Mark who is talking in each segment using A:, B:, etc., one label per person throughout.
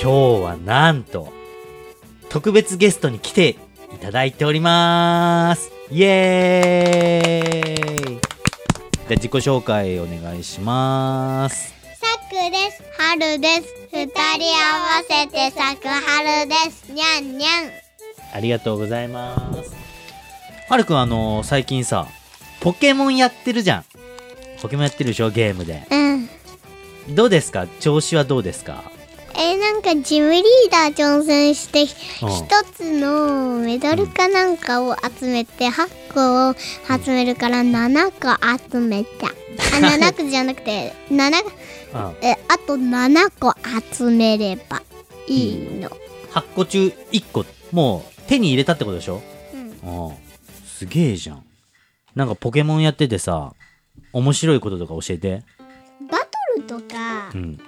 A: 今日はなんと、特別ゲストに来ていただいております。イエーイじゃあ自己紹介お願いします。
B: さくです。はるです。二人合わせてさくはるです。にゃんにゃん。
A: ありがとうございます。はるくん、あの最近さ、ポケモンやってるじゃん。ポケモンやってるでしょ、ゲームで。
B: うん。
A: どうですか調子はどうですか
B: えーなんかジムリーダー挑戦して
A: うん
B: 一つのメダルかなんかを集めて8個を集めるから7個集めた。あ7個じゃなくて7
A: うん。
B: えあと7個集めればいいの。
A: 8個中1個、もう手に入れたってことでしょ
B: うん、
A: うん。すげえじゃん。なんかポケモンやっててさ、面白いこととか教えて。
B: バトルとか
A: うん。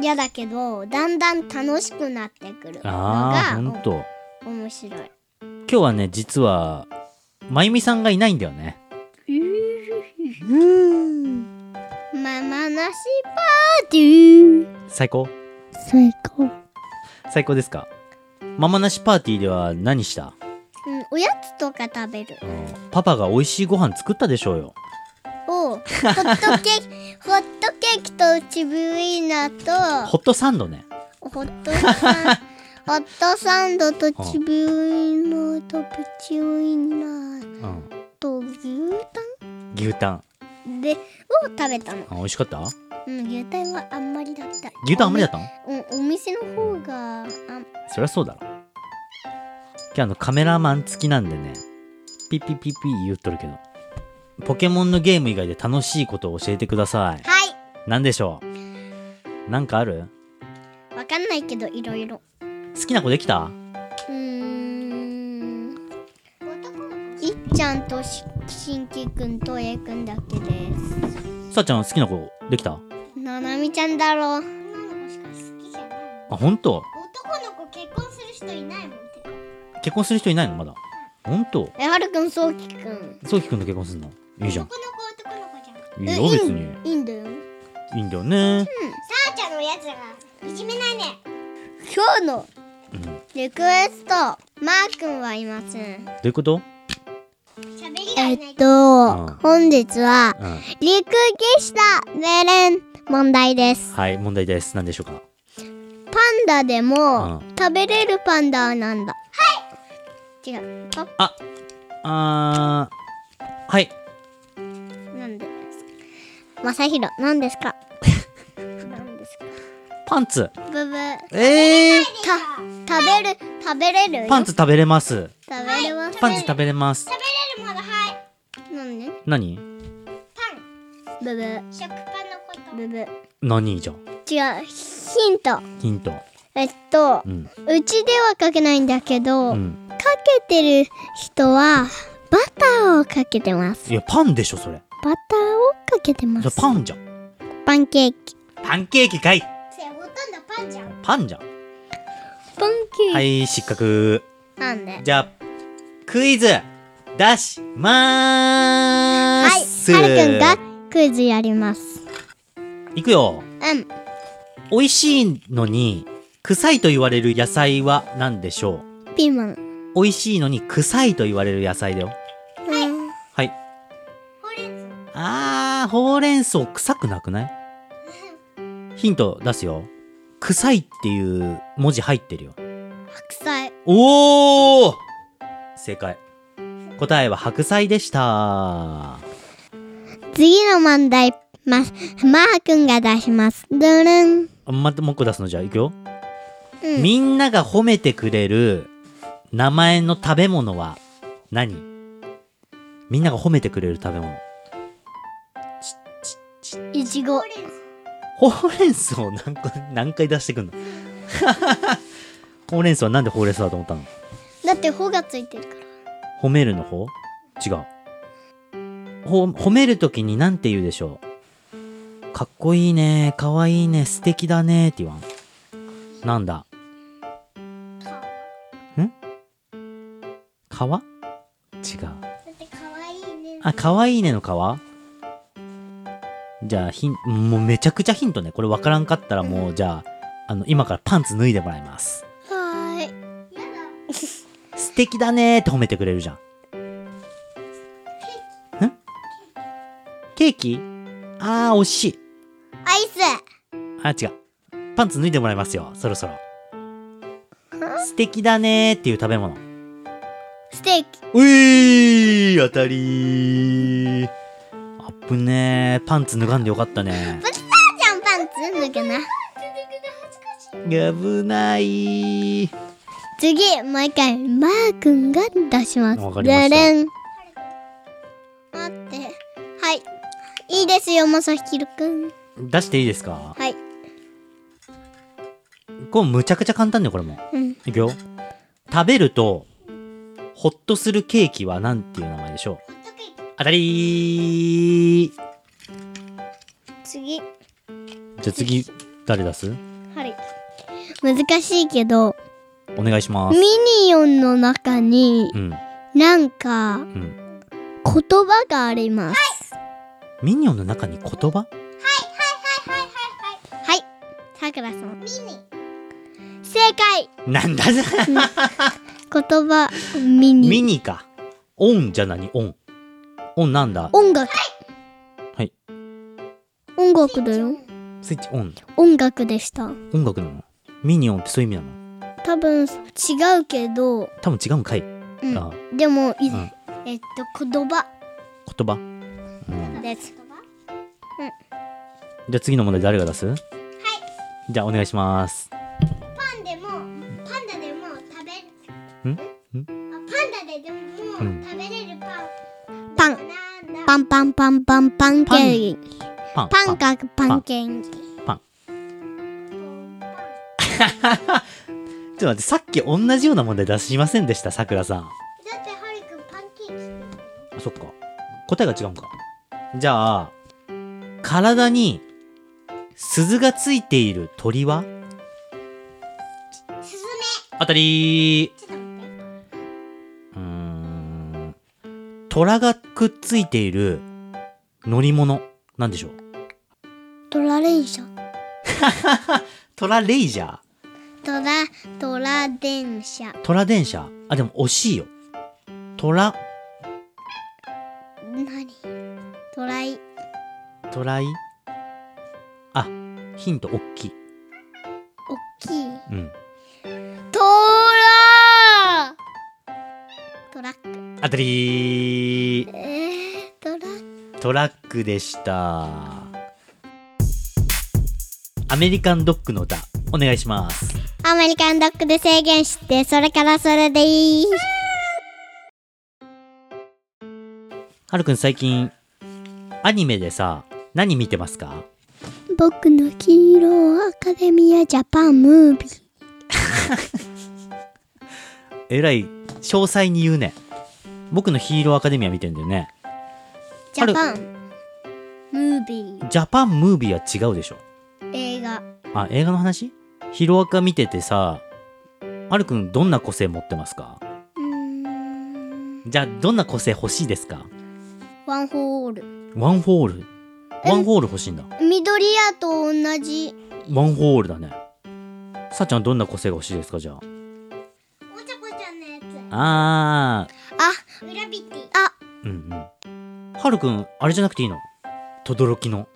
B: 嫌だけどだんだん楽しくなってくるの
A: ああ、ほ
B: が
A: んと。
B: お面白い。
A: 今日はね、実は、まゆみさんがいないんだよね。
B: ママなしパーティー
A: 最高
B: 最高、うん、
A: 最高ですかママなしパーティーでは何した
B: おやつとか食べる
A: パパが美味しいご飯作ったでしょうよ。
B: おうホッ トケーキホットケーキとチビウインナー
A: ホットサンドね。
B: とホット サンホットサンドとチビウインナーとプチウインナー
A: うん。
B: と牛タ
A: 牛タン。
B: ンでを食べたの、
A: あ美味しかった
B: うん、牛タンはあんまりだった
A: 牛タンあんまりだったの
B: うん、お店の方があん
A: そりゃそうだろ。今日あのカメラマン付きなんでね、ピッピッピッピー言っとるけど、ポケモンのゲーム以外で楽しいことを教えてください。
B: はい
A: 何でしょうなんかある
B: わかんないけどいろいろ
A: 好きな子できた
B: うーんいっちゃんとししんきくんとえいくんだけです
A: さあちゃん好きな子できた
B: ななみちゃんだろう
A: あ、ほんと
B: 男の子結婚する人いないもん
A: 結婚する人いないのまだ。ほんと
B: えはるくんそうきくん
A: そうきくんと結婚するのいいじゃん。
B: 男の子男の子じ
A: い
B: ゃ
A: いよ、別に。
B: いいんだよ
A: いいんだよね。
B: さあちゃんのやつがいじめないね今日の
A: うん。ど
B: リクエストマーくんはいません
A: ういうこと
B: えっと、
A: うん
B: 本日は
A: うん。
B: 陸ゲしたベレン問題です
A: はい、問題です。何でしょうか
B: パンダでも、
A: う
B: 食べれるパンダはなんだはい違うあ
A: あ、あー、はい。
B: なんでまさひろ何ですか何ですか
A: パンツ。
B: ブブー
A: ええー。
B: た食べる食べれるよ
A: パンツ食べれます。
B: 食べれます
A: パンツ食べれます。
B: べれるものはいなんで
A: 何
B: ブブー食パンのことブブー
A: 何じゃん。
B: 違うヒント
A: ヒント。
B: えっと
A: うん。
B: うちではかけないんだけど、
A: うん。
B: かけてる人はバターをかけてます
A: いや、パンでしょ、それ。
B: バターをかけてま
A: じゃ
B: す
A: あパンじゃん。
B: パンケーキ
A: パンケーキかい。
B: ほとんどパンじゃん
A: パンじゃん。
B: パンケーキ、
A: はい、失格。
B: なんで
A: じゃあ、クイズ、出しま
B: は
A: ー
B: い
A: す。
B: はるくんがクイズやります
A: いくよ。
B: うん
A: 美味しいのに、臭いと言われる野菜は何でしょう
B: ピーマン
A: 美味しいのに臭いと言われる野菜だよ。
B: うん
A: はい。あー、ほうれん草臭くなくないヒント出すよ。臭いっていう文字入ってるよ。
B: 白菜
A: おー正解。答えは白菜でした。
B: 次の問題まマーくんが出しますドゥルン
A: またもう一個出すのじゃあ、いくよ。
B: うん
A: みんなが褒めてくれる名前の食べ物は何みんなが褒めてくれる食べ物。
B: いちご
A: ほうれん草を何回、何回出してくんの ほうれん草はなんでほうれん草だと思ったの
B: だって「ほ」がついてるから
A: 褒めるの方違う。ほ、褒めるときになんて言うでしょうかっこいいね、かわいいね、素敵だねって言わん。なんだんかわ違う。
B: だってかわいいね
A: あ、かわいいねのかわじゃあ、ヒン、もうめちゃくちゃヒントね。これわからんかったらもう、じゃあ、あの今からパンツ脱いでもらいます
B: はーい
A: 素敵だねーって褒めてくれるじゃんんケーキあー惜しい
B: アイス
A: あ違うパンツ脱いでもらいますよそろそろ素敵だねーっていう食べ物
B: ステーキ
A: ういー当たりーあっぶねーパンツ脱がんでよかったね
B: じゃんパンツ脱ぐな
A: 危ないー
B: 次もう一回マー君が出します
A: わかりまし
B: で
A: た
B: れん待ってはいいいですよまさひろくん
A: 出していいですか
B: はい
A: これむちゃくちゃ簡単だよこれも
B: うん
A: いくよ食べるとホッとするケーキはなんていう名前でしょう当たりーじゃ
B: 次
A: あ次誰出す
B: はい難しいけど
A: お願いしま
B: ミ
A: す
B: ニオンの中に
A: うん
B: なんか
A: うん
B: 言葉があります
A: ミニオンの中に言葉
B: はいさくらさんミニ正解
A: なんだじゃ
B: 言葉ミニ
A: ミニかオンじゃ何オンオンなんだ
B: 音楽
A: はい
B: 音楽だよ
A: スイッチオン
B: 音楽でした
A: 音楽なのミニオンってそういう意味なの
B: 多分違うけど、
A: 多分違うんかい、
B: うん
A: あ
B: でもい、
A: ん
B: えっと言葉
A: 言葉、うん、
B: です
A: じゃあ次の問題誰が出すはいじゃあお願いします
B: パンでもパンダでも食べ
A: んん
B: パンダででも
A: うん
B: 食べれるパンパンパンパンパンパンパンケーキ
A: パン
B: パンかパンケーキ
A: ちょっと待って、さっき同じような問題出しませんでした、さくらさん。
B: だってハリくんパンケーキ
A: あ、そっか。答えが違うんか。じゃあ、体に鈴がついている鳥は
B: スズ
A: 当たり
B: メ
A: ー
B: ちょっと待って
A: うーん。虎がくっついている乗り物、なんでしょう
B: トラ電車
A: 虎レイジャー
B: トラトラ電車
A: 虎電車あ、でも惜しいよ。虎、
B: 何トライ
A: トライあ、ヒントおっきい。
B: 大きい
A: うん。
B: トラトラック
A: 当たりー
B: えー、トラッ
A: トラックでしたアメリカンドッグの歌お願いします
B: クアメリカンドッグで制限してそれからそれでいい
A: はるくん最近アニメでさ何見てますか
B: 僕のヒーローアカデミアジャパンムービー
A: えらい詳細に言うね僕のヒーローアカデミア見てんだよね
B: ジャパンムービ
A: ジャパンムービーは違うでしょ
B: ー映画
A: あ映画の話ヒロアカ見ててさはるくんどんな個性持ってますか
B: うーん
A: じゃあどんな個性欲しいですか
B: ワンホール
A: ワンホールワンホール欲しいんだ
B: 緑屋と同じ
A: ワンホールだね。さあちゃんどんな個性が欲しいですかじゃ
B: おちゃこちゃんのやつあ
A: あ。あ
B: グラビティあ
A: ー。うんうん。はるくん、あれじゃなくていいのとどろきの。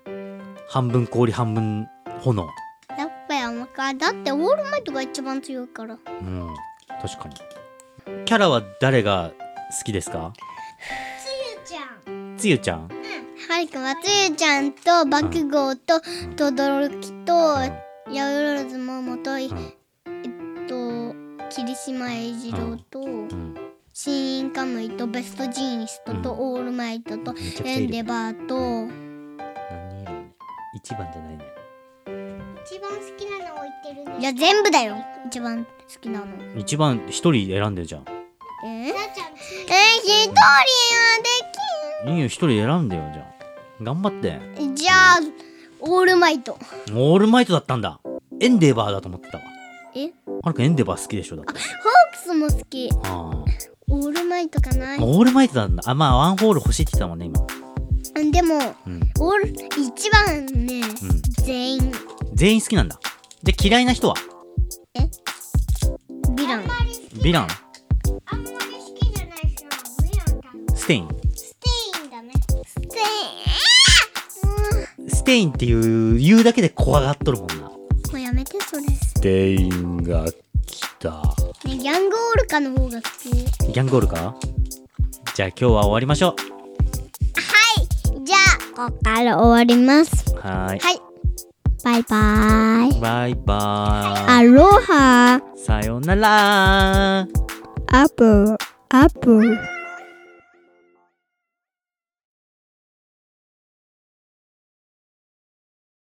A: 半分氷半分炎。
B: やっぱり甘かだってオールマイトが一番強いから
A: うん。確かに。キャラは誰が好きですか
B: ちゃん
A: つゆちゃん
B: はるくんはつゆちゃんと爆豪ととどろきとやうろずももとい、えっと霧島栄次郎と、
A: うん。
B: 新インカムイとベストジーニストと、
A: うん
B: オールマイトと
A: めちゃくちゃいる
B: エンデバーと
A: 何人いるのね一番じゃないね。
B: 一番好きなの置いてるねいや全部だよ一番好きなの
A: 一番一人選んでるじゃん。
B: えー、えー、一人は
A: いいよ、一人選んでよ、じゃあ。頑張って。
B: できんじゃあオールマイト
A: オールマイトだったんだ。エンデバーだと思ってたわ。
B: え
A: はるくんエンデバー好きでしょだって。
B: ホークスも好き
A: ああ。
B: オールマイトかな
A: オールマイトなんだ。あ、まあ、ワンホール欲しいって言ってたもんね、今。
B: でも
A: うん。
B: オール一番ね、全員
A: 全員好きなんだ。で嫌いな人は
B: ヴィラン
A: ヴィラン
B: あんまり好きじゃない人はヴィランだ
A: ステイン
B: ステインだねステインあ
A: ステインっていう言うだけで怖がっとるもんな
B: ーもうやめてそれね
A: ステインが来た
B: ギャングオールカの方が好き
A: ギャンゴールかじゃあ今日は終わりましょ
B: じゃあここから終わります
A: うはーい
B: はいバイバイ
A: バイバ
B: アロハ
A: ーイさようなら
B: アップルアップル